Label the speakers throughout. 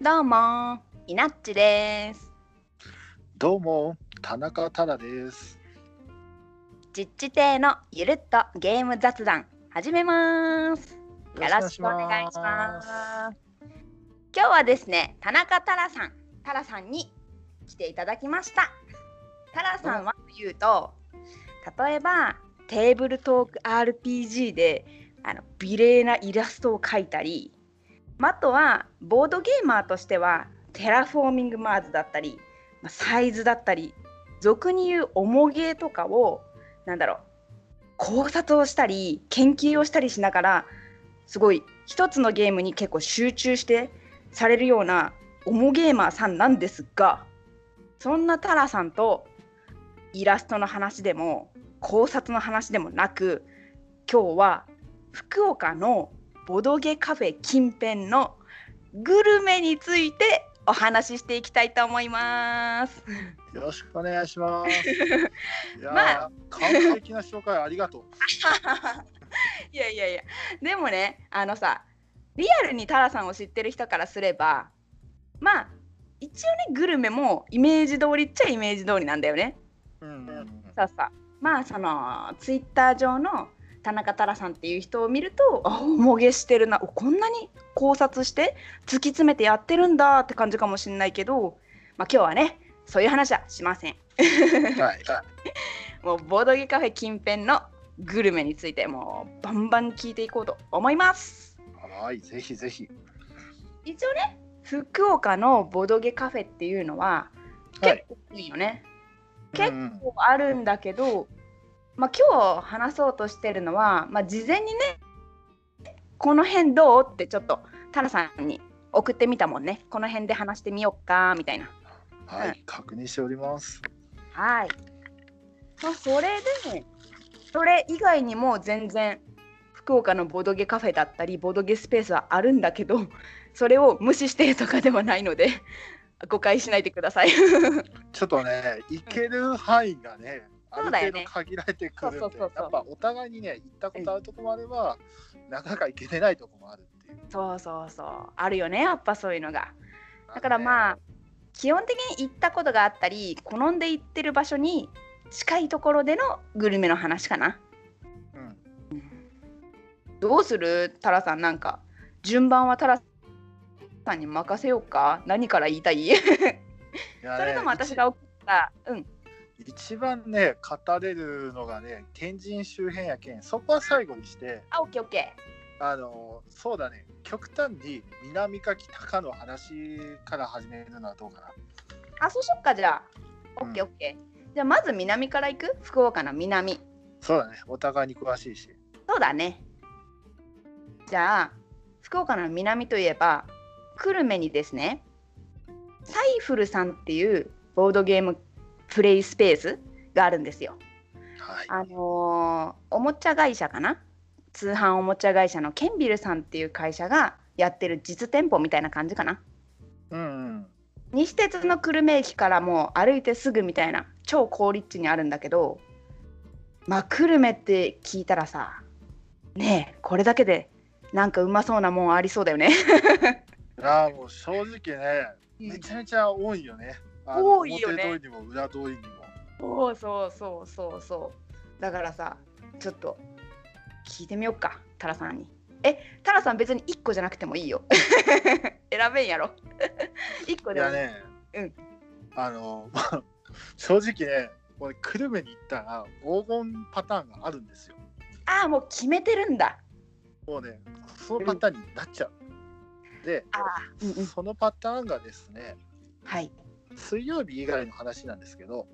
Speaker 1: どうも、いなっちです。
Speaker 2: どうも、田中ただです。
Speaker 1: 実地亭のゆるっとゲーム雑談始めます。よろしくお願いします。今日はですね、田中タラさん、タラさんに来ていただきました。タラさんはというと、例えばテーブルトーク RPG であの美麗なイラストを描いたり、あとはボードゲーマーとしてはテラフォーミングマーズだったり、まあサイズだったり、俗に言うおもげとかをなんだろう考察をしたり研究をしたりしながらすごい一つのゲームに結構集中してされるようなオモゲーマーさんなんですがそんなタラさんとイラストの話でも考察の話でもなく今日は福岡のボドゲカフェ近辺のグルメについてお話ししていきたいと思います。
Speaker 2: よろしくお願いします。 いやー、
Speaker 1: ま
Speaker 2: 完璧な紹介ありがとう。
Speaker 1: いやいやいやでもねあのさリアルにタラさんを知ってる人からすればまあ一応ねグルメもイメージ通りっちゃイメージ通りなんだよね。
Speaker 2: うんうんうん、
Speaker 1: そうそうまあそのツイッター上の田中タラさんっていう人を見るとあおもげしてるなおこんなに考察して突き詰めてやってるんだって感じかもしんないけど、まあ、今日はねそういう話はしません。
Speaker 2: はい、
Speaker 1: もうボードゲカフェ近辺のグルメについてもうバンバン聞いていこうと思います。
Speaker 2: はい、ぜひぜひ。
Speaker 1: 一応ね福岡のボドゲカフェっていうのは
Speaker 2: はい
Speaker 1: 結、構多いよね、
Speaker 2: う
Speaker 1: 結
Speaker 2: ん
Speaker 1: 構あるんだけど、まあ、今日話そうとしてるのは、まあ、事前にねこの辺どうってちょっとタラさんに送ってみたもんねこの辺で話してみようかみたいな
Speaker 2: うんはい、確認しております。
Speaker 1: はい、まあ、それでそれ以外にも全然福岡のボドゲカフェだったりボドゲスペースはあるんだけど それを無視してるとかではないので 誤解しないでください。
Speaker 2: ちょっとね、行ける範囲がね、ある
Speaker 1: そうだよ
Speaker 2: 程
Speaker 1: ね
Speaker 2: 度限られてくるんで、
Speaker 1: そうそうそうそう
Speaker 2: やっぱお互いにね、行ったことあるとこもあれば、なかなか行けてないとこもあるっていう。
Speaker 1: そうそうそうあるよねやっぱそういうのが。だからまあ基本的に行ったことがあったり好んで行ってる場所に近いところでのグルメの話かな。
Speaker 2: あね、
Speaker 1: どうするタラさんなんか順番はタラさんに任せようか何から言いたい
Speaker 2: うん、いやね
Speaker 1: それとも私が送ったうん
Speaker 2: 一番ね語れるのがね天神周辺やけんそこは最後にして
Speaker 1: あオッケーオッケ
Speaker 2: あのそうだね極端に南か北かの話から始めるのはどうかな
Speaker 1: ーあそうしよっかじゃあオ
Speaker 2: うん
Speaker 1: ッケーオッケーじゃあまず南から行く福岡の南
Speaker 2: そうだねお互いに詳しいし
Speaker 1: そうだねじゃあ福岡の南といえば久留米にですねサイフルさんっていうボードゲームプレイスペースがあるんですよ
Speaker 2: はい
Speaker 1: あのーおもちゃ会社かな通販おもちゃ会社のケンビルさんっていう会社がやってる実店舗みたいな感じかな
Speaker 2: うんうん
Speaker 1: 西鉄の久留米駅からもう歩いてすぐみたいな超好立地にあるんだけどまあ久留米って聞いたらさねえこれだけでなんかうまそうなもんありそうだよね。
Speaker 2: ああもう正直ねめちゃめちゃ多いよね、あの
Speaker 1: 多いよね
Speaker 2: 表通りにも裏通りにも
Speaker 1: そうそうそうそうそうだからさちょっと聞いてみようかタラさんにえタラさん別に1個じゃなくてもいいよ 選べんやろ 1個
Speaker 2: い
Speaker 1: でも
Speaker 2: やね、
Speaker 1: うん
Speaker 2: あの まあ正直ね俺久留米に行ったら黄金パターンがあるんですよ
Speaker 1: ああもう決めてるんだ
Speaker 2: もうねそのパターンになっちゃう、で
Speaker 1: あーうんうん
Speaker 2: そのパターンがですね
Speaker 1: はい
Speaker 2: 水曜日以外の話なんですけど、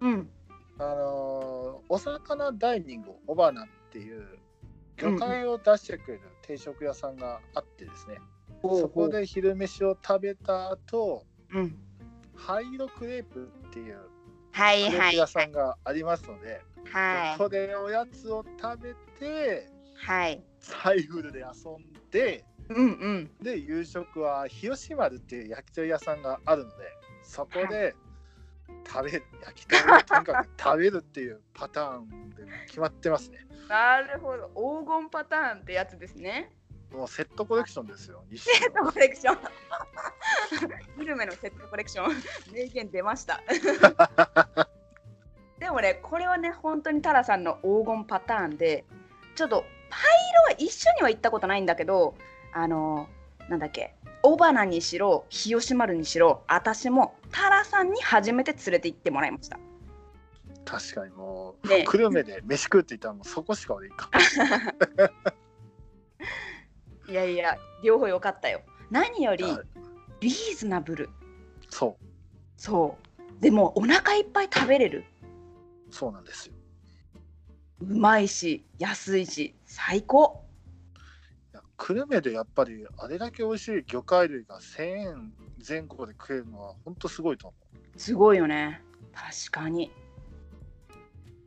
Speaker 1: うん
Speaker 2: あのーお魚ダイニングオバナっていう魚介を出してくれる定食屋さんがあってですね、そこで昼飯を食べた後
Speaker 1: うん
Speaker 2: 灰色クレープっていう
Speaker 1: はい
Speaker 2: クレ
Speaker 1: は
Speaker 2: ープ
Speaker 1: い
Speaker 2: 屋さんがありますので、
Speaker 1: は
Speaker 2: そこでおやつを食べて
Speaker 1: いはい
Speaker 2: サイフルで遊んで
Speaker 1: うんうん
Speaker 2: で夕食は日吉丸っていう焼き鳥屋さんがあるのでそこで食べる焼き鳥をとにかく食べるっていうパターンで決まってますね。
Speaker 1: なるほど黄金パターンってやつですね
Speaker 2: もうセットコレクションですよ。一
Speaker 1: セ
Speaker 2: 種
Speaker 1: ットコレクション。グルメのセットコレクション。名言出ま した。でもね、これはね、本当にタラさんの黄金パターンで、ちょっとパイロは一緒には行ったことないんだけど、あの、なんだっけ、尾花にしろ、日吉丸にしろ、私もタラさんに初めて連れて行ってもらいました。
Speaker 2: 確かにもう、
Speaker 1: ね
Speaker 2: 久留米で飯食うって言ったらもうそこしか俺いかん。
Speaker 1: いやいや、両方良かったよ。何よりリーズナブル。
Speaker 2: そ
Speaker 1: そう。でもお腹いっぱい食べれる。
Speaker 2: う、そうなんですよ。
Speaker 1: うまいし安いし最高
Speaker 2: いや久留米でやっぱりあれだけ美味しい魚介類が1000円前後で食えるのは本当すごいと思。
Speaker 1: すごいよね確かに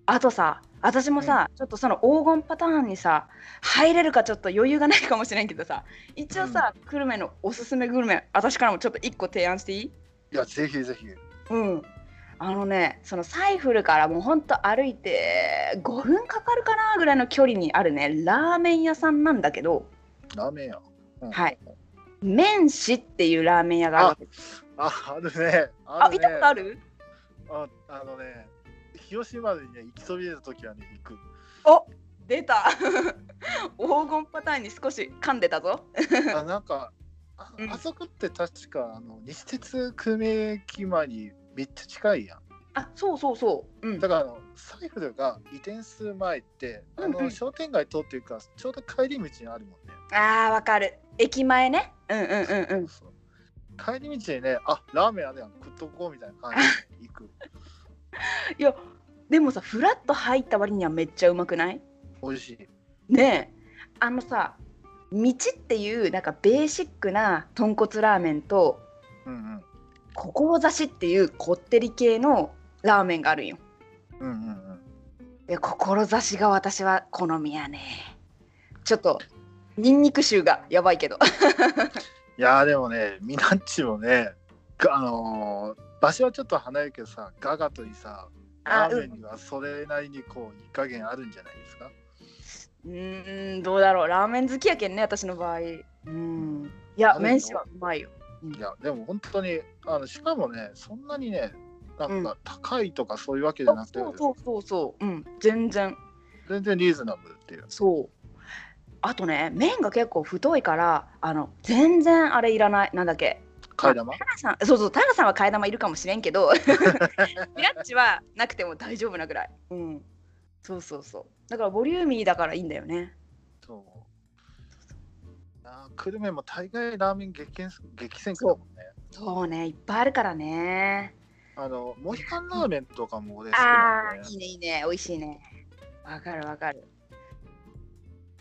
Speaker 1: あとさ私もさ、ちょっとその黄金パターンにさ入れるかちょっと余裕がないかもしれないけどさ一応さ、久留米のおすすめグルメ私からもちょっと1個提案していいう
Speaker 2: いや、ぜひぜひ。
Speaker 1: うんあのねそのサイフルからもうほんと歩いて5分かかるかなぐらいの距離にあるねラーメン屋さんなんだけど
Speaker 2: ラーメン屋。うん
Speaker 1: はい。麺師っていうラーメン屋があるわ
Speaker 2: あ
Speaker 1: け、
Speaker 2: ああるね。
Speaker 1: あ
Speaker 2: あ
Speaker 1: 行ったことあ
Speaker 2: るね。
Speaker 1: る
Speaker 2: ああのね、広島にね、行きそびれた時はね、行く。
Speaker 1: お出た 黄金パターンに少し噛んでたぞ
Speaker 2: あなんかあ
Speaker 1: うん
Speaker 2: あそこって確かあの西鉄久留米駅前にめっちゃ近いやん
Speaker 1: あそうそうそう、うん
Speaker 2: だ、からあのサイフルが移転する前ってあ
Speaker 1: うんう
Speaker 2: の
Speaker 1: ん
Speaker 2: 商店街通っていうかちょうど帰り道にあるもんね
Speaker 1: あーわかる駅前ねうんうんうんうん
Speaker 2: そう帰り道にねあラーメンあるやん食っとこうみたいな感じで行く
Speaker 1: いやでもさフラッと入った割にはめっちゃうまくない
Speaker 2: 美味しい
Speaker 1: ねえあのさ道っていうなんかベーシックな豚骨ラーメンと
Speaker 2: うん
Speaker 1: 志っていうこってり系のラーメンがあるんよ
Speaker 2: うんうんうんうん
Speaker 1: で志が私は好みやねちょっとニンニク臭がやばいけど
Speaker 2: いやーでもねミナッチもねがあのー場所はちょっと離れるけどさガガといいさ
Speaker 1: あ
Speaker 2: ラーメンにはそれなりにこういい加減あるんじゃないですか
Speaker 1: うーんどうだろうラーメン好きやけんね私の場合うんいや
Speaker 2: あるよ
Speaker 1: 麺師はうまいよ
Speaker 2: いやでも本当にあのしかもねそんなにねな
Speaker 1: うんん
Speaker 2: か高いとかそういうわけじゃなくて、
Speaker 1: そうそうそうそううん全然
Speaker 2: 全然リーズナブルっていう
Speaker 1: そうあとね麺が結構太いからあの全然あれいらないなんだっけ
Speaker 2: 替え玉
Speaker 1: タラさんそうそうタラさんは替え玉いるかもしれんけど ミラッチはなくても大丈夫なぐらいうんそうそうそうだからボリューミーだからいいんだよね
Speaker 2: そうあー久留米も大概ラーメン激戦激戦区だもんね
Speaker 1: そうねいっぱいあるからね
Speaker 2: あのモヒカンラーメンとかも俺好き
Speaker 1: あ
Speaker 2: なん
Speaker 1: あ
Speaker 2: で、
Speaker 1: いいねいいね美味しいねわかるわかる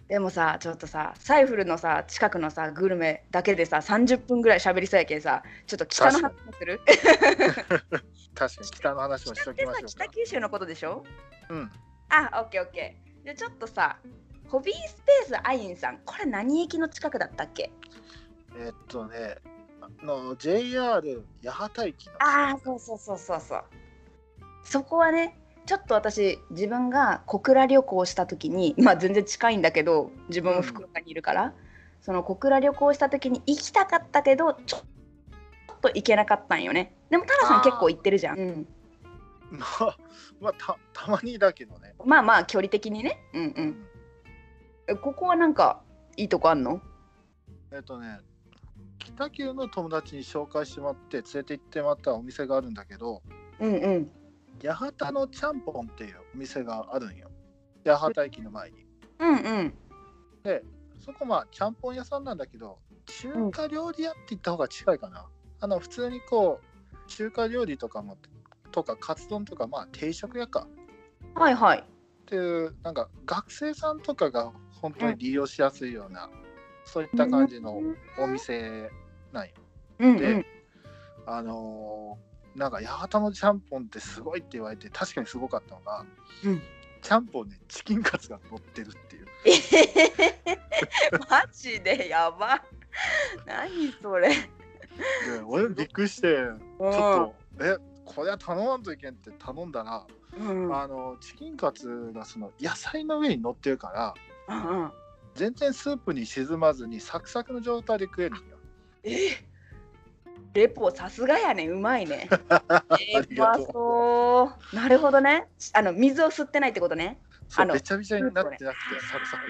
Speaker 1: でもさちょっとさサイフルのさ近くのさグルメだけでさ30分ぐらい喋りそうやけんさちょっと北の話もする
Speaker 2: 確かに北の話もし
Speaker 1: 北
Speaker 2: と
Speaker 1: っ
Speaker 2: き
Speaker 1: て
Speaker 2: ま
Speaker 1: さ
Speaker 2: しょうか
Speaker 1: 北九州のことでしょ
Speaker 2: うん
Speaker 1: あオッケーオッケーじゃあちょっとさホビースペースアインさんこれ何駅の近くだったっけ
Speaker 2: えっとねあの JR 八幡駅の
Speaker 1: ああそうそうそうそうそうそこはねちょっと私自分が小倉旅行した時に まあ全然近いんだけど自分も福岡にいるから、その小倉旅行した時に行きたかったけどちょっと行けなかったんよねでもタラさ
Speaker 2: あ
Speaker 1: ん
Speaker 2: ー
Speaker 1: 結構行ってるじゃん、うん
Speaker 2: まあ、 まあ、たたまにだけどね、
Speaker 1: まあまあ距離的にねうんうんえここはなんかいいとこあんの
Speaker 2: えっとね北九の友達に紹介してもらって連れて行ってもらったお店があるんだけど
Speaker 1: うんうん
Speaker 2: 八幡のちゃんぽんっていうお店があるんよ八幡駅の前に
Speaker 1: うんうん
Speaker 2: そこまあちゃんぽん屋さんなんだけど中華料理屋って言った方が近いかな、あの普通にこう中華料理とかもとかカツ丼とかまあ定食屋か
Speaker 1: はいはい
Speaker 2: っていうなんか学生さんとかが本当に利用しやすいような、そういった感じのお店なんよ
Speaker 1: うんう
Speaker 2: で、
Speaker 1: ん
Speaker 2: あのーなんか八幡のちゃんぽんってすごいって言われて確かにすごかったのが、
Speaker 1: うん
Speaker 2: ちゃんぽんにチキンカツが乗ってるっていう
Speaker 1: えへへへマジでやば何それ
Speaker 2: で 俺びっくりして
Speaker 1: う
Speaker 2: ち
Speaker 1: ん
Speaker 2: ょっとえこれは頼まんといけんって頼んだら、
Speaker 1: うんうん
Speaker 2: あのチキンカツがその野菜の上に乗ってるから
Speaker 1: うん
Speaker 2: 全然スープに沈まずにサクサクの状態で食えるんよ。
Speaker 1: えレポさすがやねうまいねえ
Speaker 2: あ
Speaker 1: う
Speaker 2: りが
Speaker 1: ま
Speaker 2: とう
Speaker 1: そうなるほどねあの水を吸ってないってことね
Speaker 2: そ
Speaker 1: あ
Speaker 2: う
Speaker 1: の
Speaker 2: べちゃべちゃになってなく
Speaker 1: スープね
Speaker 2: てサクサク。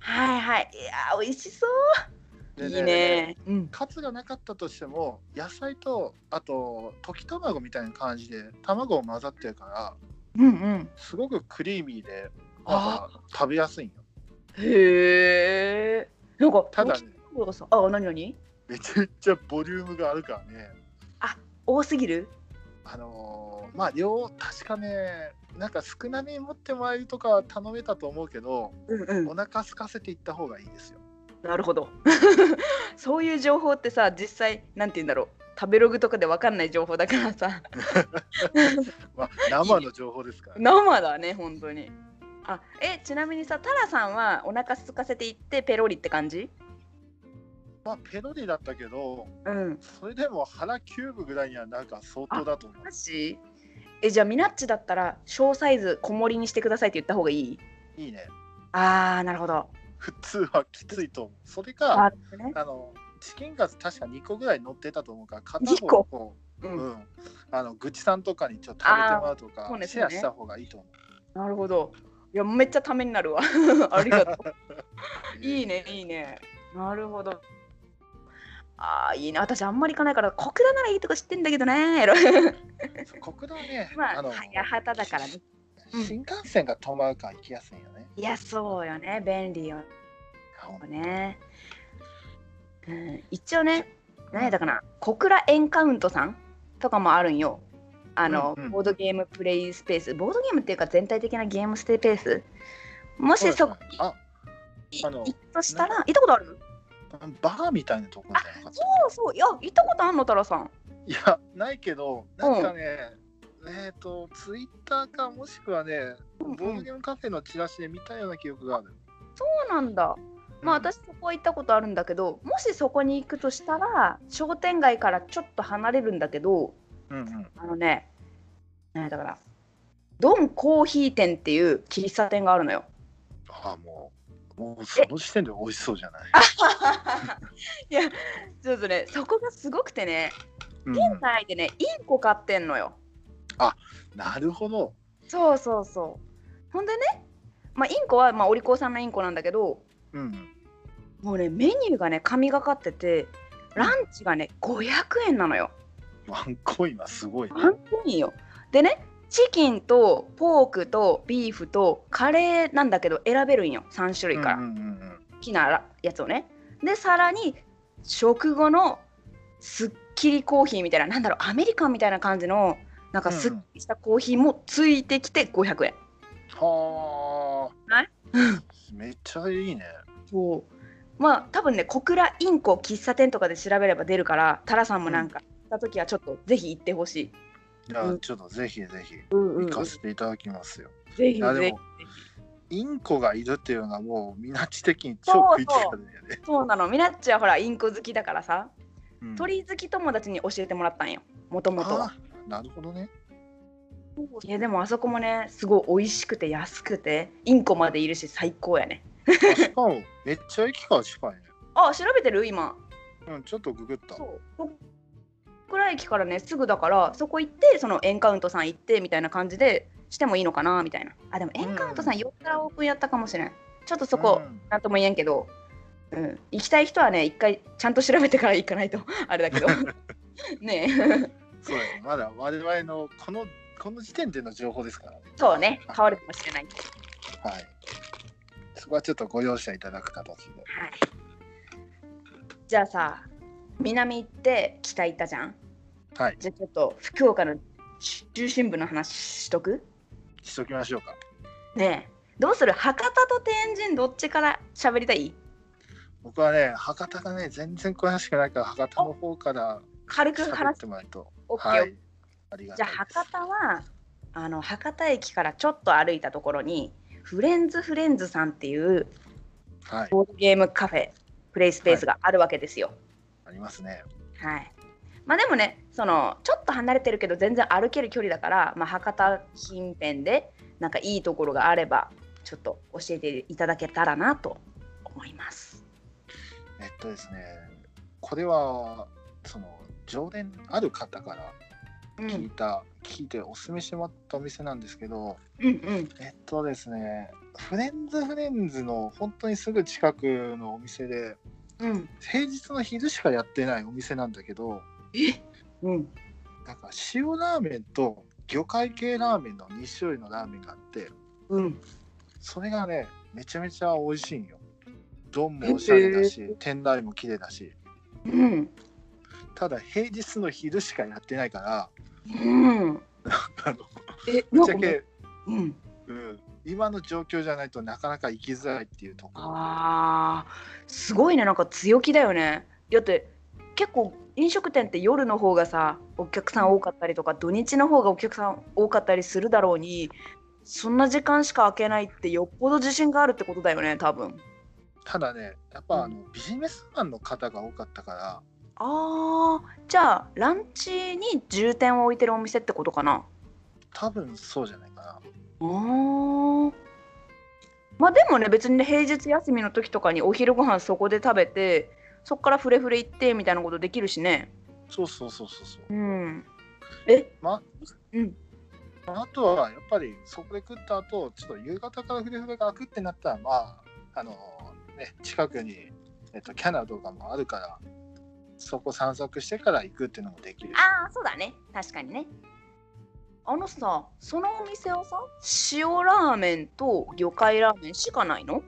Speaker 1: はいはいいやー美味しそう
Speaker 2: で
Speaker 1: いいねうん
Speaker 2: カツがなかったとしても野菜とあと溶き卵みたいな感じで卵を混ざってるから
Speaker 1: うんうん
Speaker 2: すごくクリーミーでなんか食べやすいんよ。
Speaker 1: へえなんか
Speaker 2: ただね
Speaker 1: 溶き卵がさあ何何
Speaker 2: めちゃめちゃボリュームがあるからね。
Speaker 1: 多すぎる
Speaker 2: あのーまあ量確かねなんか少なめに持ってもらえるとか頼めたと思うけど
Speaker 1: うんう
Speaker 2: お
Speaker 1: ん
Speaker 2: 腹空かせていった方がいいですよ。
Speaker 1: なるほど そういう情報ってさ実際なんて言うんだろう食べログとかでわかんない情報だからさ
Speaker 2: まあ、生の情報ですから、ね。
Speaker 1: 生だね本当にあえちなみにさタラさんはお腹空かせていってペロリって感じ
Speaker 2: まあペロリだったけど
Speaker 1: うん
Speaker 2: それでも腹キューブぐらいにはなんか相当だと思う
Speaker 1: マ。ジえじゃあミナッチだったら小サイズ小盛りにしてくださいって言った方がいい
Speaker 2: いいね。
Speaker 1: あーなるほど
Speaker 2: 普通はきついと思う。それ
Speaker 1: あ
Speaker 2: か
Speaker 1: るほどね
Speaker 2: あのチキンカツ確か2個ぐらい乗ってたと思うから片
Speaker 1: 二
Speaker 2: 方
Speaker 1: 個
Speaker 2: をこ
Speaker 1: う
Speaker 2: う、
Speaker 1: ん、
Speaker 2: うん、あの愚痴さんとかにちょっと食べてもらうと
Speaker 1: あー
Speaker 2: か
Speaker 1: そう、ね
Speaker 2: シェアした方がいいと思う。
Speaker 1: なるほどいやめっちゃためになるわ ありがとういいねいいねなるほどああいいね私あんまり行かないから小倉ならいいとこ知ってんだけどね
Speaker 2: そう国道ね、
Speaker 1: まあ
Speaker 2: の
Speaker 1: 早旗だからねうん
Speaker 2: 新幹線が止まるから行きやすいよね。
Speaker 1: いやそうよね便利よね、うん、一応ね何やったかな小倉エンカウントさんとかもあるんよあの、
Speaker 2: うんうん
Speaker 1: ボードゲームプレイスペースボードゲームっていうか全体的なゲームステーペースも
Speaker 2: そ
Speaker 1: し
Speaker 2: うです
Speaker 1: そ
Speaker 2: ね
Speaker 1: こ
Speaker 2: あ、
Speaker 1: に
Speaker 2: あの
Speaker 1: 行ったとしたら行ったことある
Speaker 2: バーみたいなとこじゃなかった。
Speaker 1: そうそういや行ったことあんのたらさん
Speaker 2: いや、ないけど、なんかね、えっ、と、ツイッターかもしくはね、
Speaker 1: うんうん
Speaker 2: ボードゲームカフェのチラシで見たような記憶がある。
Speaker 1: そうなんだまあ
Speaker 2: うん
Speaker 1: 私そこは行ったことあるんだけどもしそこに行くとしたら商店街からちょっと離れるんだけど
Speaker 2: うんうん。
Speaker 1: あのね何だからドンコーヒー店っていう喫茶店があるのよ。
Speaker 2: あ、もう、もうその時点で美味しそうじゃない。
Speaker 1: いやちょっとねそこがすごくてね
Speaker 2: うんうん
Speaker 1: 店内でねインコ買ってんのよ。
Speaker 2: なるほど。
Speaker 1: そうそうそう。ほんでね、まあ、インコは、まあ、お利口さんのインコなんだけど
Speaker 2: うん。
Speaker 1: もうねメニューがね神がかっててランチがね500円なのよ。
Speaker 2: ワンコインはすごいね。
Speaker 1: ワンコインよ。でね、チキンとポークとビーフとカレーなんだけど選べるんよ、3種類から。
Speaker 2: うんうんうんうん
Speaker 1: 好きなやつをね。で、さらに食後のすっきりコーヒーみたいな、なんだろう、アメリカンみたいな感じの、なんかすっきりしたコーヒーもついてきて500円。
Speaker 2: はあ。
Speaker 1: ない
Speaker 2: めっちゃいいね。
Speaker 1: そうまあ多分ね小倉インコ喫茶店とかで調べれば出るからタラさんもなんか行った時はちょっとぜひ行ってほしい、
Speaker 2: いや、
Speaker 1: うん
Speaker 2: ちょっとぜひぜひ
Speaker 1: うん
Speaker 2: 行かせていただきますよ。
Speaker 1: ぜひ
Speaker 2: いやで
Speaker 1: ぜ
Speaker 2: も
Speaker 1: ひ
Speaker 2: インコがいるっていうのがもうみなち的に超食いつかれるよね。
Speaker 1: そうなのミナッチはほらインコ好きだからさ
Speaker 2: うん
Speaker 1: 鳥好き友達に教えてもらったんよもともとは
Speaker 2: あーなるほどね。
Speaker 1: いやでもあそこもねすごい美味しくて安くてインコまでいるし最高やね
Speaker 2: あしかもめっちゃ駅から近いね。
Speaker 1: あ調べてる今
Speaker 2: うん、ちょっとググった。
Speaker 1: そう小倉駅からねすぐだからそこ行ってそのエンカウントさん行ってみたいな感じでしてもいいのかなみたいなあでもエンカウントさん
Speaker 2: うん
Speaker 1: 4からオープンやったかもしれんちょっとそこ、
Speaker 2: うん
Speaker 1: なんとも言えんけど、うん、行きたい人はね一回ちゃんと調べてから行かないとあれだ けどねえ
Speaker 2: そうやねまだ我々のこのこの時点での情報ですからね。
Speaker 1: そうね変わるかもしれない
Speaker 2: はい。そこはちょっとご容赦いただく形で。
Speaker 1: はい。じゃあさ、南行って北行ったじゃん。
Speaker 2: はい。
Speaker 1: じゃあちょっと福岡の中心部の話しとく
Speaker 2: しときましょうか。
Speaker 1: ねえ、どうする博多と天神どっちから喋りたい
Speaker 2: 僕はね、博多がね、全然詳しくないから、博多の方から
Speaker 1: 軽く
Speaker 2: 喋っ
Speaker 1: 話す。
Speaker 2: てもらうと。
Speaker 1: オッケー
Speaker 2: はい。ありが
Speaker 1: じ
Speaker 2: た
Speaker 1: ゃ
Speaker 2: い
Speaker 1: あ
Speaker 2: です。
Speaker 1: 博多はあの博多駅からちょっと歩いたところにフレンズフレンズさんっていう
Speaker 2: はい。
Speaker 1: ボードゲームカフェプレイスペースがあるわけですよ。
Speaker 2: ありますね。
Speaker 1: はい。まあでもね、そのちょっと離れてるけど全然歩ける距離だから、まあ、博多近辺でなんかいいところがあればちょっと教えていただけたらなと思います。
Speaker 2: えっとですね、これは、その、常連ある方から
Speaker 1: う
Speaker 2: 聞い
Speaker 1: ん、
Speaker 2: た、聞いてお勧めしてもらったお店なんですけど、
Speaker 1: うん、うん。
Speaker 2: えっとですね、フレンズフレンズの本当にすぐ近くのお店で、
Speaker 1: うん、
Speaker 2: 平日の昼しかやってないお店なんだけど、
Speaker 1: え、うん、
Speaker 2: なんか塩ラーメンと魚介系ラーメンの2種類のラーメンがあって、
Speaker 1: うん。
Speaker 2: それがね、めちゃめちゃ美味しいんよ。丼もおしゃれだし、店内も綺麗だし、
Speaker 1: うん、
Speaker 2: ただ平日の昼しかやってないから、
Speaker 1: うん。
Speaker 2: あの
Speaker 1: え、
Speaker 2: ぶ
Speaker 1: なん
Speaker 2: っち
Speaker 1: か
Speaker 2: ゃけ、
Speaker 1: うん。
Speaker 2: うん、今の状況じゃないとなかなか行きづらいっていうところ
Speaker 1: あーすごいねなんか強気だよねだって結構飲食店って夜の方がさお客さん多かったりとか土日の方がお客さん多かったりするだろうにそんな時間しか空けないってよっぽど自信があるってことだよね多分
Speaker 2: ただねやっぱあのビジネスマンの方が多かったから
Speaker 1: あーじゃあランチに重点を置いてるお店ってことかな
Speaker 2: 多分そうじゃないかな
Speaker 1: あーまあでもね別にね平日休みの時とかにお昼ご飯そこで食べてそっからフレフレ行ってみたいなことできるしね
Speaker 2: そうそうそうそうそ
Speaker 1: う
Speaker 2: う
Speaker 1: ん。え、
Speaker 2: ま
Speaker 1: うん。
Speaker 2: あとはやっぱりそこで食った後ちょっと夕方からフレフレが開くってなったらまああのね近くに、えっと、キャナとかもあるからそこ散策してから行くっていうのもできる
Speaker 1: ああ、そうだね。確かにね。あのさ、そのお店はさ、塩ラーメンと魚介ラーメンしかないの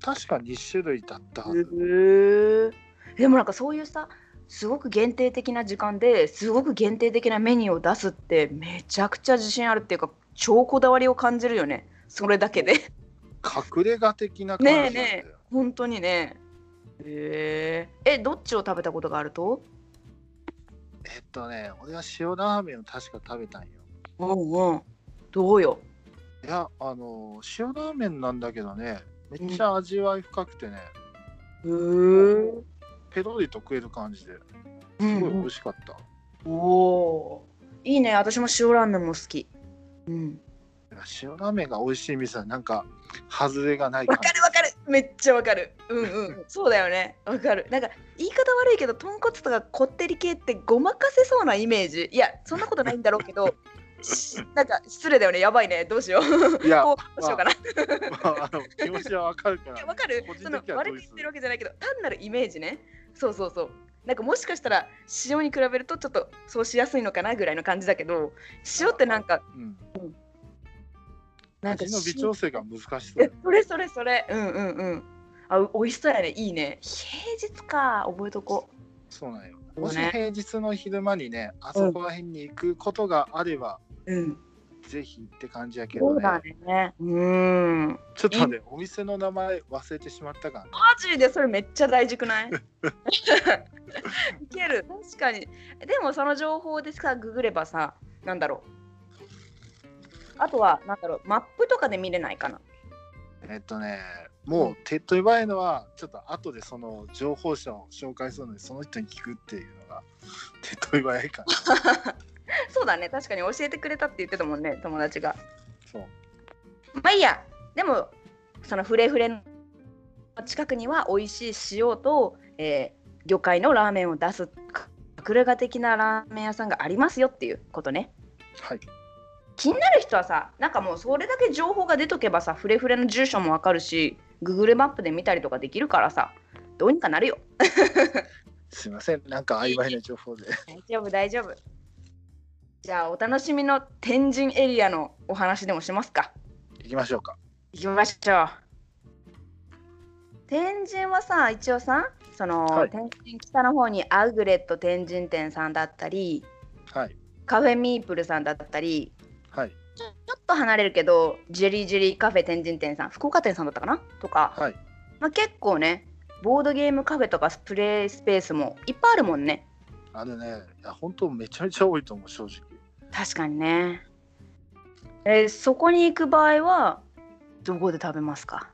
Speaker 2: 確か2種類だったはず
Speaker 1: へえ。でもなんかそういうさ、すごく限定的な時間ですごく限定的なメニューを出すってめちゃくちゃ自信あるっていうか超こだわりを感じるよねそれだけで
Speaker 2: 隠れ家的な感じなんだよ
Speaker 1: ねえね本当にねへええどっちを食べたことがあると
Speaker 2: えっとね俺は塩ラーメンを確か食べたんよ
Speaker 1: うんうんどうよ
Speaker 2: いやあの塩ラーメンなんだけどねめっちゃ味わい深くてね、
Speaker 1: へえ
Speaker 2: ペロリと食える感じです
Speaker 1: うん
Speaker 2: ごい美味しかった、
Speaker 1: おおーいいね私も塩ラーメンも好きうん
Speaker 2: いや塩ラーメンが美味しい店はなんか外れがない
Speaker 1: わ
Speaker 2: 感
Speaker 1: かるわかるめっちゃわかるうんうんそうだよねわかるなんか言い方悪いけど豚骨とかこってり系ってごまかせそうなイメージいやそんなことないんだろうけ どしなんか失礼だよねやばいねどうしよ う
Speaker 2: じいや、
Speaker 1: こうどうしようかな、
Speaker 2: まあ、あの気持ちはわかるか
Speaker 1: いや
Speaker 2: ら
Speaker 1: わ かる
Speaker 2: 個人
Speaker 1: その
Speaker 2: 的には
Speaker 1: 悪
Speaker 2: どう
Speaker 1: く
Speaker 2: で
Speaker 1: 言
Speaker 2: す
Speaker 1: ってるわけじゃないけど単なるイメージねそうそうそうなんかもしかしたら塩に比べるとちょっとそうしやすいのかなぐらいの感じだけど塩ってなんか
Speaker 2: うん、
Speaker 1: なんか
Speaker 2: 味の微
Speaker 1: 塩
Speaker 2: 調整が難しそ
Speaker 1: え
Speaker 2: う
Speaker 1: それそれそれうんうんうんあう美味しそうやねいいね平日か覚えとこ
Speaker 2: そうなんよ
Speaker 1: うね
Speaker 2: もし平日の昼間にねあそこら辺に行くことがあれば、
Speaker 1: ううん
Speaker 2: ぜひって感じやけ
Speaker 1: そ
Speaker 2: ど
Speaker 1: う
Speaker 2: ね
Speaker 1: だねうんマ
Speaker 2: ちょっとねお店の名前忘れてしまったからね
Speaker 1: ジでそれめっちゃ大事くないいける確かにでもその情報でさググればさなんだろうあとはなんだろうマップとかで見れないかな
Speaker 2: えっとね、もう手っ取り早いのは、ちょっと後でその情報者を紹介するので、その人に聞くっていうのが 手っ取り早いかな。
Speaker 1: そうだね確かに教えてくれたって言ってたもんね友達が
Speaker 2: そう。
Speaker 1: まあいいやでもそのフレフレの近くには美味しい塩と、えー魚介のラーメンを出す隠れ家的なラーメン屋さんがありますよっていうことね
Speaker 2: はい。
Speaker 1: 気になる人はさなんかもうそれだけ情報が出とけばさフレフレの住所もわかるし Google マップで見たりとかできるからさどうにかなるよ
Speaker 2: すいません、なんか曖昧な情報で。
Speaker 1: 大丈夫大丈夫じゃあお楽しみの天神エリアのお話でもしますか
Speaker 2: 行きましょうか。
Speaker 1: 行きましょう。天神はさ一応さその、
Speaker 2: はい
Speaker 1: 天神北の方にアウグレット天神店さんだったり
Speaker 2: はい。
Speaker 1: カフェミープルさんだったり
Speaker 2: はい。
Speaker 1: ちょちょっと離れるけどジェリージェリーカフェ天神店さん福岡店さんだったかなとか、
Speaker 2: はい。
Speaker 1: まあ、結構ねボードゲームカフェとかスプレースペースもいっぱいあるもんね。
Speaker 2: あのね、いや、本当めちゃめちゃ多いと思う、正直。
Speaker 1: 確かにね、えーそこに行く場合はどこで食べますか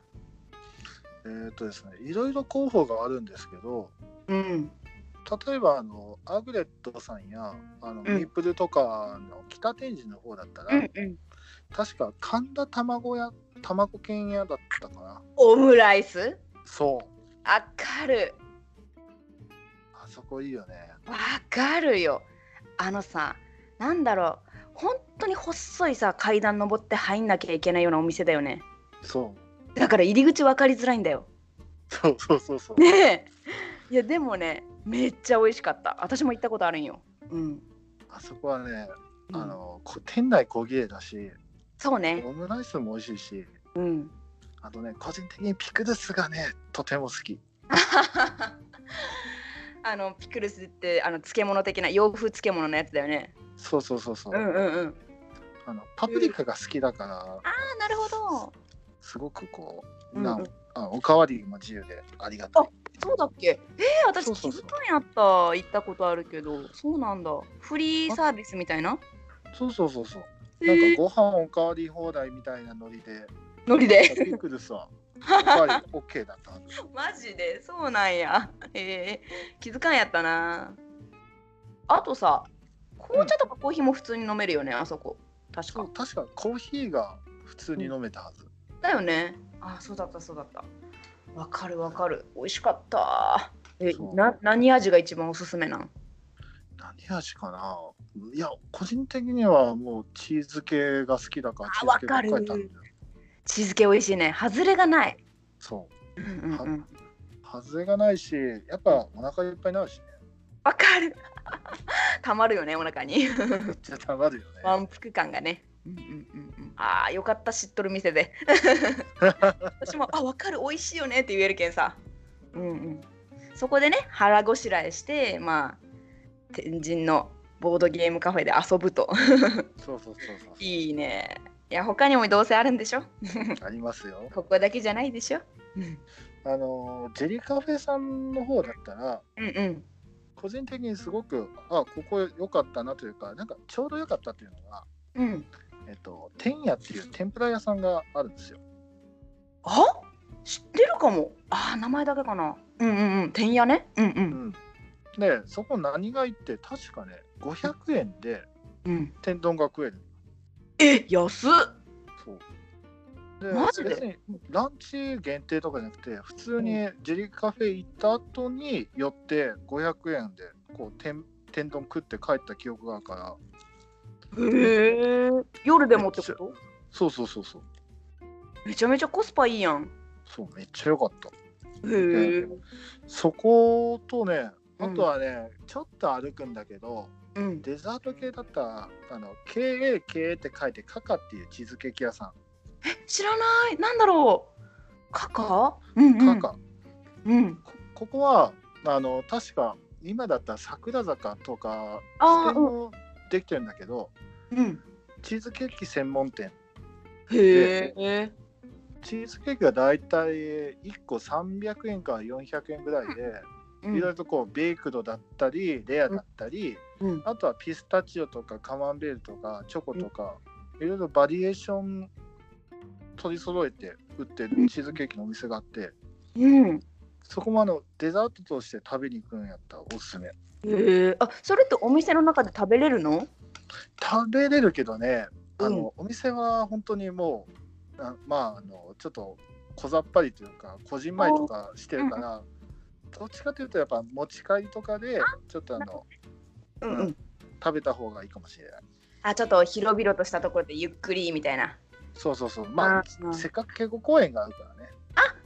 Speaker 2: えーっとですね、いろいろ候補があるんですけど、
Speaker 1: うん
Speaker 2: 例えば、あの、アグレットさんや、あの、
Speaker 1: ん
Speaker 2: ミープルとかの北天神の方だったら、
Speaker 1: うんうん
Speaker 2: 確か神田卵屋、卵犬屋だったかな。
Speaker 1: オムライス
Speaker 2: そう
Speaker 1: わかる
Speaker 2: あそこいいよね
Speaker 1: わかるよあのさなんだろう本当に細いさ階段登って入んなきゃいけないようなお店だよね
Speaker 2: そう
Speaker 1: だから入り口分かりづらいんだよ
Speaker 2: そうそうそうそう、
Speaker 1: ねえいやでもねめっちゃ美味しかった私も行ったことあるんようん
Speaker 2: あそこはね
Speaker 1: うん
Speaker 2: あの、こ店内小綺麗だし
Speaker 1: そうね
Speaker 2: オムライスも美味しいし
Speaker 1: うん
Speaker 2: あとね個人的にピクルスがねとても好き
Speaker 1: あのピクルスってあの漬物的な洋風漬物のやつだよね
Speaker 2: そうそうそうそ
Speaker 1: う
Speaker 2: う、
Speaker 1: んうんうん
Speaker 2: あのパプリカが好きだか
Speaker 1: あ
Speaker 2: ら、
Speaker 1: なるほど
Speaker 2: すごくこう、
Speaker 1: うん
Speaker 2: な
Speaker 1: うん
Speaker 2: あおかわりも自由でありがたい
Speaker 1: そうだっけえー、私
Speaker 2: そうそうそう
Speaker 1: 気づかんやった行ったことあるけどそうなんだフリーサービスみたいな
Speaker 2: そうそうそうそう
Speaker 1: え
Speaker 2: なん
Speaker 1: ー
Speaker 2: かご飯おかわり放題みたいなノリで
Speaker 1: ノリで
Speaker 2: ピクルスはおかわり OK だったはず
Speaker 1: マジでそうなんやえー、気づかんやったなあとさ紅茶とかコーヒーも普通に飲めるよね、あそこ確
Speaker 2: そ
Speaker 1: か
Speaker 2: う確かコーヒーが普通に飲めたはず、
Speaker 1: だよねあそうだったそうだったわかるわかる美味しかったえ
Speaker 2: そう
Speaker 1: な何味が一番おすすめなん
Speaker 2: 何味かないや個人的にはもうチーズ系が好きだから
Speaker 1: あ
Speaker 2: チーズ系ばっかり
Speaker 1: わかる
Speaker 2: 食べたんだよ
Speaker 1: チーズ系美味しいね外れがない
Speaker 2: そう
Speaker 1: うんうんうん
Speaker 2: 外れがないしやっぱお腹いっぱいになるしね
Speaker 1: わかる たまるよねお腹に
Speaker 2: めっちゃたまるよね
Speaker 1: 満腹感がねうんうんうんうんあーよかった知っとる店 で私もあわかる美味しいよねって言えるけんさうんうんそこでね腹ごしらえしてまあ天神のボードゲームカフェで遊ぶと
Speaker 2: そうそうそうそうそう
Speaker 1: いいね。いや、他にもどうせあるんでしょ
Speaker 2: ありますよ
Speaker 1: ここだけじゃないでしょうん
Speaker 2: あのジェリカフェさんの方だったら
Speaker 1: うん
Speaker 2: 個人的にすごくあここ良かったなというかなんかちょうど良かったっていうのが
Speaker 1: うん。うん。
Speaker 2: えっと、天屋っていう天ぷら屋さんがあるんですよ。
Speaker 1: あ知ってるかも。あー、名前だけかな。うんうんうん。てんやね。うんうん。
Speaker 2: でそこ何がいって確かね500円で
Speaker 1: うん、
Speaker 2: 天丼が食える。
Speaker 1: え、安っ。
Speaker 2: そうで
Speaker 1: マジで
Speaker 2: 別にランチ限定とかじゃなくて普通にジェリーカフェ行った後に寄って500円でこう天天丼食って帰った記憶があるから
Speaker 1: へえ。夜でもってこと
Speaker 2: そうそうそうそう
Speaker 1: めちゃめちゃコスパいいやん。
Speaker 2: そうめっちゃ良かった。
Speaker 1: へえ。
Speaker 2: そことねあとはね、ちょっと歩くんだけど、
Speaker 1: うん。
Speaker 2: デザート系だったらあの KAK って書いてカカっていうチーズケーキ屋さ
Speaker 1: 知らない。なんだろう。カカうん
Speaker 2: ん、
Speaker 1: うん。
Speaker 2: カカ
Speaker 1: うん。
Speaker 2: こここはあの確か今だったら桜坂とか
Speaker 1: あー
Speaker 2: 支店もできてるんだけど、
Speaker 1: うん。
Speaker 2: チーズケーキ専門店
Speaker 1: へえ。
Speaker 2: チーズケーキがだいたい1個300円から400円ぐらいで、
Speaker 1: うん
Speaker 2: いろいろとこうベイクドだったりレアだったり、
Speaker 1: うん。
Speaker 2: あとはピスタチオとかカマンベールとかチョコとか、いろいろバリエーション取り揃えて売ってるチーズケーキのお店があって、
Speaker 1: うん。
Speaker 2: そこもあのデザートとして食べに行くんやったらおすすめ
Speaker 1: へえ。あ、それってお店の中で食べれるの？
Speaker 2: 食べれるけどねあの、
Speaker 1: うん
Speaker 2: お店は本当にもうあまああのちょっと小ざっぱりというかこじんまりとかしてるから、どっちかというとやっぱ持ち帰りとかでちょっとあの
Speaker 1: うん
Speaker 2: うん。食べた方がいいかもしれない
Speaker 1: あちょっと広々としたところでゆっくりみたいな
Speaker 2: そうそうそうまあ
Speaker 1: うん
Speaker 2: せっかく稽古公演があるからね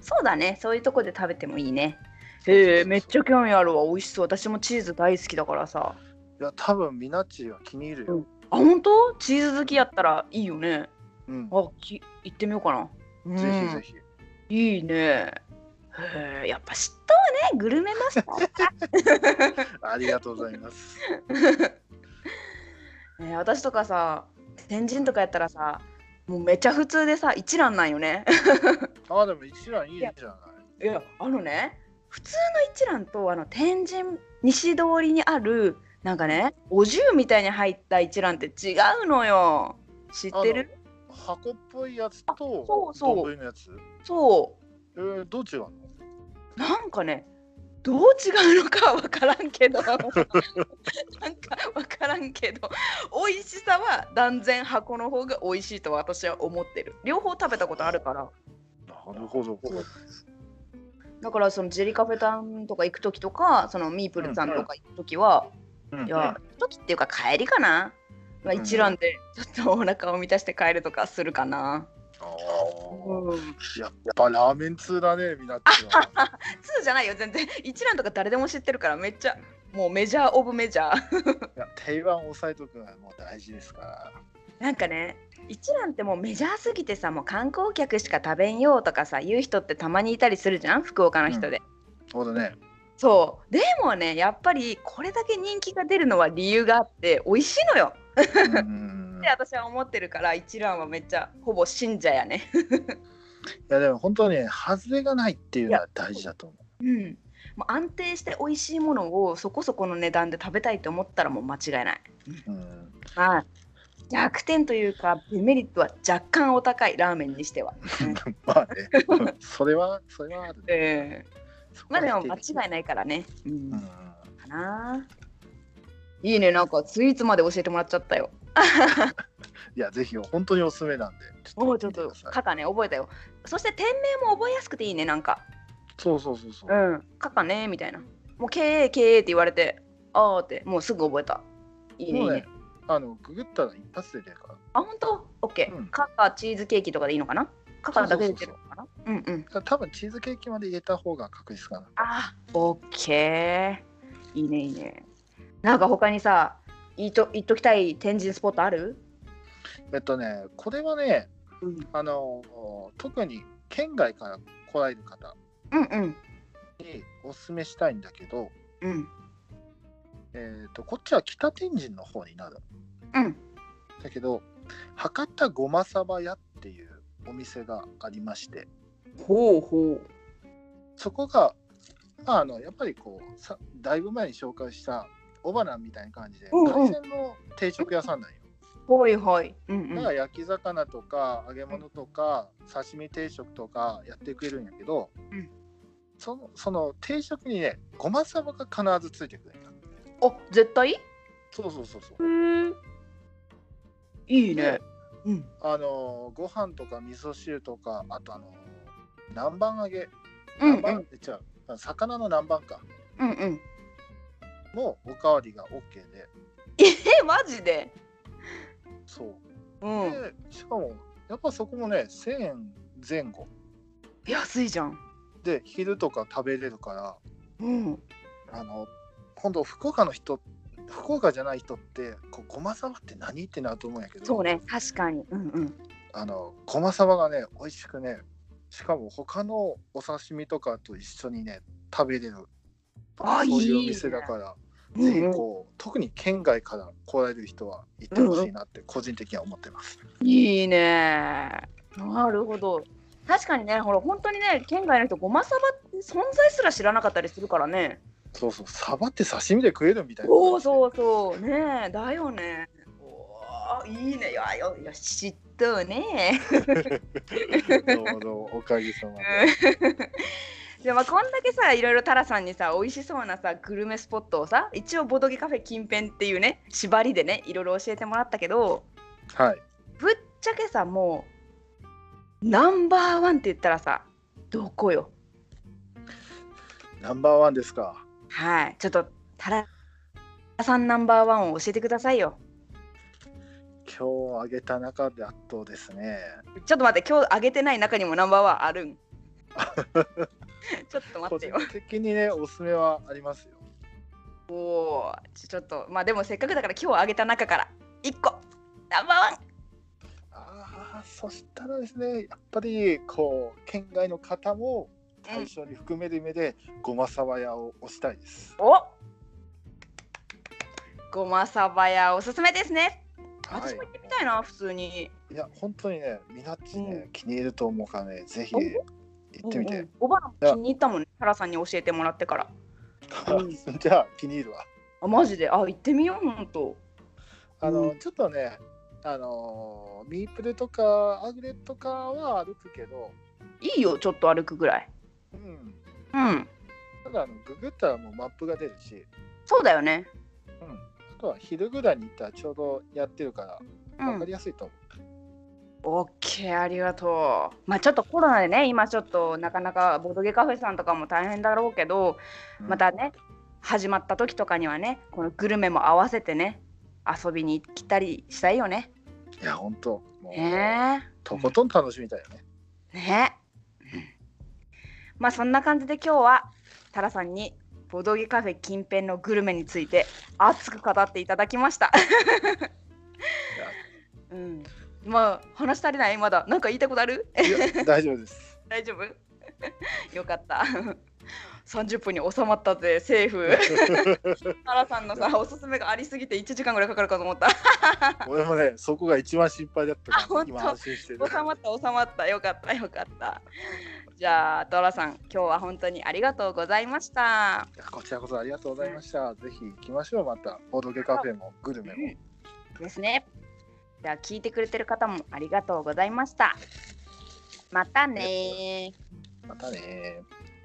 Speaker 1: そうだねそういうとこで食べてもいいねへえめっちゃ興味あるわ美味しそう私もチーズ大好きだからさ
Speaker 2: いや多分ミナッチは気に入るよ、
Speaker 1: あ本当チーズ好きやったらいいよね
Speaker 2: うん
Speaker 1: あき行ってみようかな、うん、
Speaker 2: ぜひぜひ
Speaker 1: いいねへえやっぱ知ったわねグルメマスター
Speaker 2: ありがとうござ います
Speaker 1: ね 私とかさ先人とかやったらさもうめちゃ普通でさ一覧なんよね
Speaker 2: あでも一覧いいじゃな い
Speaker 1: いやあのね普通の一蘭とあの天神西通りにあるなんかねお重みたいに入った一蘭って違うのよ知ってる
Speaker 2: あの箱っぽいやつ
Speaker 1: あそ
Speaker 2: と
Speaker 1: うそう
Speaker 2: 丼のやつ
Speaker 1: そ
Speaker 2: えー、どっちがあるの
Speaker 1: うなんかねどう違うのかは分からん けどなんか分からんけど美味しさは断然箱の方が美味しいと私は思ってる両方食べたことあるから
Speaker 2: なるほど。
Speaker 1: だからそのジェリカフェタンとか行く時とかそのミープルさんとか行く時は、
Speaker 2: うん
Speaker 1: いや行く時っていうか帰りかな、まあ、
Speaker 2: うん
Speaker 1: 一覧でちょっとお腹を満たして帰るとかするかな、
Speaker 2: あ
Speaker 1: うん、
Speaker 2: ーやっぱラーメン通だね、みなっちは。
Speaker 1: 2じゃないよ全然一覧とか誰でも知ってるからめっちゃもうメジャーオブメジャー
Speaker 2: いや定番を押さえとくのはもう大事ですから。
Speaker 1: なんかね一覧ってもうメジャーすぎてさもう観光客しか食べんよとかさ言う人ってたまにいたりするじゃん福岡の人で、
Speaker 2: そうだ ね。
Speaker 1: そうでもねやっぱりこれだけ人気が出るのは理由があって美味しいのよ
Speaker 2: うん
Speaker 1: って私は思ってるから一蘭はめっちゃほぼ信者やね。
Speaker 2: いやでも本当ね、外れがないっていうのは大事だと思う。
Speaker 1: うん、もう安定して美味しいものをそこそこの値段で食べたいと思ったらもう間違いない。
Speaker 2: うん、
Speaker 1: まあ弱点というかデメリットは若干お高いラーメンに しては。
Speaker 2: まあね、それは、それはある ね。
Speaker 1: ええ
Speaker 2: そこ
Speaker 1: まあ
Speaker 2: は
Speaker 1: でも
Speaker 2: 否定
Speaker 1: 間
Speaker 2: きな
Speaker 1: 違いないからね。うん、
Speaker 2: うん
Speaker 1: かな。いいねなんかスイーツまで教えてもらっちゃったよ。
Speaker 2: いや、ぜひ本当におすすめなんで。
Speaker 1: おおちょっと
Speaker 2: 見てください
Speaker 1: カカね覚えたよ。そして店名も覚えやすくていいねなんか。
Speaker 2: そうそうそうそう。
Speaker 1: うん、かかねみたいな。もう経営経営って言われて、あーって、もうすぐ覚えた。いいね、いい
Speaker 2: もう
Speaker 1: ね
Speaker 2: ね。、あの、ググったら一発で出るから。
Speaker 1: あ、本当オッケ
Speaker 2: うん
Speaker 1: ー。カカチーズケーキとかでいいのかなカカだけで出てるのかなうんうん。
Speaker 2: た多分チーズケーキまで入れた方が確実かな。
Speaker 1: あー、オッケー。いいね、いいね。なんか他にさ、いいと行っときたい天神スポットある
Speaker 2: えっとね、これはね、
Speaker 1: うん
Speaker 2: あの、特に県外から来られる方
Speaker 1: うんうん。
Speaker 2: におすすめしたいんだけど、
Speaker 1: うん
Speaker 2: えっと、こっちは北天神の方になる。
Speaker 1: うん。
Speaker 2: だけど、博多ごまさば屋っていうお店がありまして、
Speaker 1: ほうほう。
Speaker 2: そこが、まあ、あのやっぱりこうさだいぶ前に紹介した小花みたいな感じで
Speaker 1: うんうん
Speaker 2: 海鮮の定食屋さんなんよ。
Speaker 1: ほいほい。うんう
Speaker 2: だから焼き魚とか揚げ物とか刺身定食とかやってくれるんやけど、
Speaker 1: うん
Speaker 2: そのその定食にねごまさばが必ずついてくるんや
Speaker 1: ん。あ、絶対へ
Speaker 2: そうそうそうそう。
Speaker 1: え。いいね
Speaker 2: で。
Speaker 1: うん。
Speaker 2: あのご飯とか味噌汁とかあとあの南蛮揚げ
Speaker 1: うん
Speaker 2: 南
Speaker 1: う
Speaker 2: 蛮っ
Speaker 1: ん。
Speaker 2: て違う魚の南蛮か
Speaker 1: うんうん。
Speaker 2: もうおかわりが OK で
Speaker 1: え、マジで
Speaker 2: そう
Speaker 1: うん。
Speaker 2: でしかもやっぱそこもね1000円前後
Speaker 1: 安いじゃん。
Speaker 2: で昼とか食べれるから
Speaker 1: うん。
Speaker 2: あの今度福岡の人福岡じゃない人ってこうごまさばって何ってなると思うんやけど
Speaker 1: そうね、確かに。うんうん。
Speaker 2: あのごまさばがね美味しくねしかも他のお刺身とかと一緒にね食べれる
Speaker 1: あ
Speaker 2: そういうお
Speaker 1: いいね
Speaker 2: 店だから
Speaker 1: うん
Speaker 2: ぜひ
Speaker 1: うん
Speaker 2: こう特に県外から来られる人は行ってほしいなって個人的には思ってます。
Speaker 1: いいね。なるほど。確かにね、ほら、本当にね、県外の人、ごまさばって存在すら知らなかったりするからね。
Speaker 2: そうそうサバって刺身で食えるみたいな。
Speaker 1: そうそうそう。ねえ、だよね。おーいいね。いや、よ、よ、知っとうね。
Speaker 2: どうもどうもおかげさまで。
Speaker 1: でも、こんだけさ、いろいろタラさんにさ、美味しそうなさ、グルメスポットをさ、一応、ボドゲカフェ近辺っていうね、縛りでね、いろいろ教えてもらったけど、
Speaker 2: はい。
Speaker 1: ぶっちゃけさもうナンバーワンって言ったらさどこよ
Speaker 2: ナンバーワンですか。
Speaker 1: はいちょっとタラさんナンバーワンを教えてくださいよ
Speaker 2: 今日あげた中で圧倒ですね。
Speaker 1: ちょっと待って今日あげてない中にもナンバーワンあるん ちょっと待
Speaker 2: 個
Speaker 1: って
Speaker 2: 人
Speaker 1: よ
Speaker 2: 的にね、おすすめはありますよ。
Speaker 1: おーちょちょっとまあでもせっかくだから今日あげた中から1個ナンバーワン
Speaker 2: ああ、そしたらですね、やっぱりこう県外の方も対象に含める目で、ごまさば屋を推したいです。
Speaker 1: おごまさばやおすすめですね
Speaker 2: は
Speaker 1: 私も行ってみたいな普通に
Speaker 2: いや、本当にね、みなっちね、
Speaker 1: う
Speaker 2: 気に入ると思うからね、ぜひ
Speaker 1: お
Speaker 2: 行って
Speaker 1: う
Speaker 2: み
Speaker 1: んう
Speaker 2: て。
Speaker 1: んおばあも気に入ったもんねタラさんに教えてもらってから
Speaker 2: じゃあ、気に入るわ。
Speaker 1: あマジであ行ってみようほんと
Speaker 2: あの、
Speaker 1: う
Speaker 2: ちょっとね、あのーミープルとかアグレとかは歩くけど、
Speaker 1: いいよちょっと歩くぐらい
Speaker 2: うん、
Speaker 1: うん
Speaker 2: ただあのググったらもうマップが出るし、
Speaker 1: そうだよね
Speaker 2: うん、あとは昼ぐらいに行ったらちょうどやってるから
Speaker 1: うん
Speaker 2: 分かりやすいと思う。
Speaker 1: OK ありがとう。まあちょっとコロナでね今ちょっとなかなかボドゲカフェさんとかも大変だろうけどまたね始まった時とかにはねこのグルメも合わせてね遊びに来たりしたいよね。
Speaker 2: いや本当もう、
Speaker 1: ね
Speaker 2: とことん楽しみたいよね。
Speaker 1: えねえ。まあそんな感じで今日はタラさんにボドゲカフェ近辺のグルメについて熱く語っていただきました。うん、まあ話足りないまだなんか言いたいことある
Speaker 2: い や大丈夫です。
Speaker 1: 大丈夫 よかった 30分に収まったぜセーフタラさんのさおすすめがありすぎて1時間ぐらいかかるかと思った
Speaker 2: 俺もねそこが一番心配だった
Speaker 1: あ
Speaker 2: から
Speaker 1: 本当
Speaker 2: 今安心してる。
Speaker 1: 収まった収まったよかったよかったじゃあタラさん今日は本当にありがとうございました
Speaker 2: いやこちらこそありがとうございました。ぜひ行きましょうまたボドゲカフェもグルメも。
Speaker 1: ですねじゃあ聞いてくれてる方もありがとうございましたまたねー
Speaker 2: またねー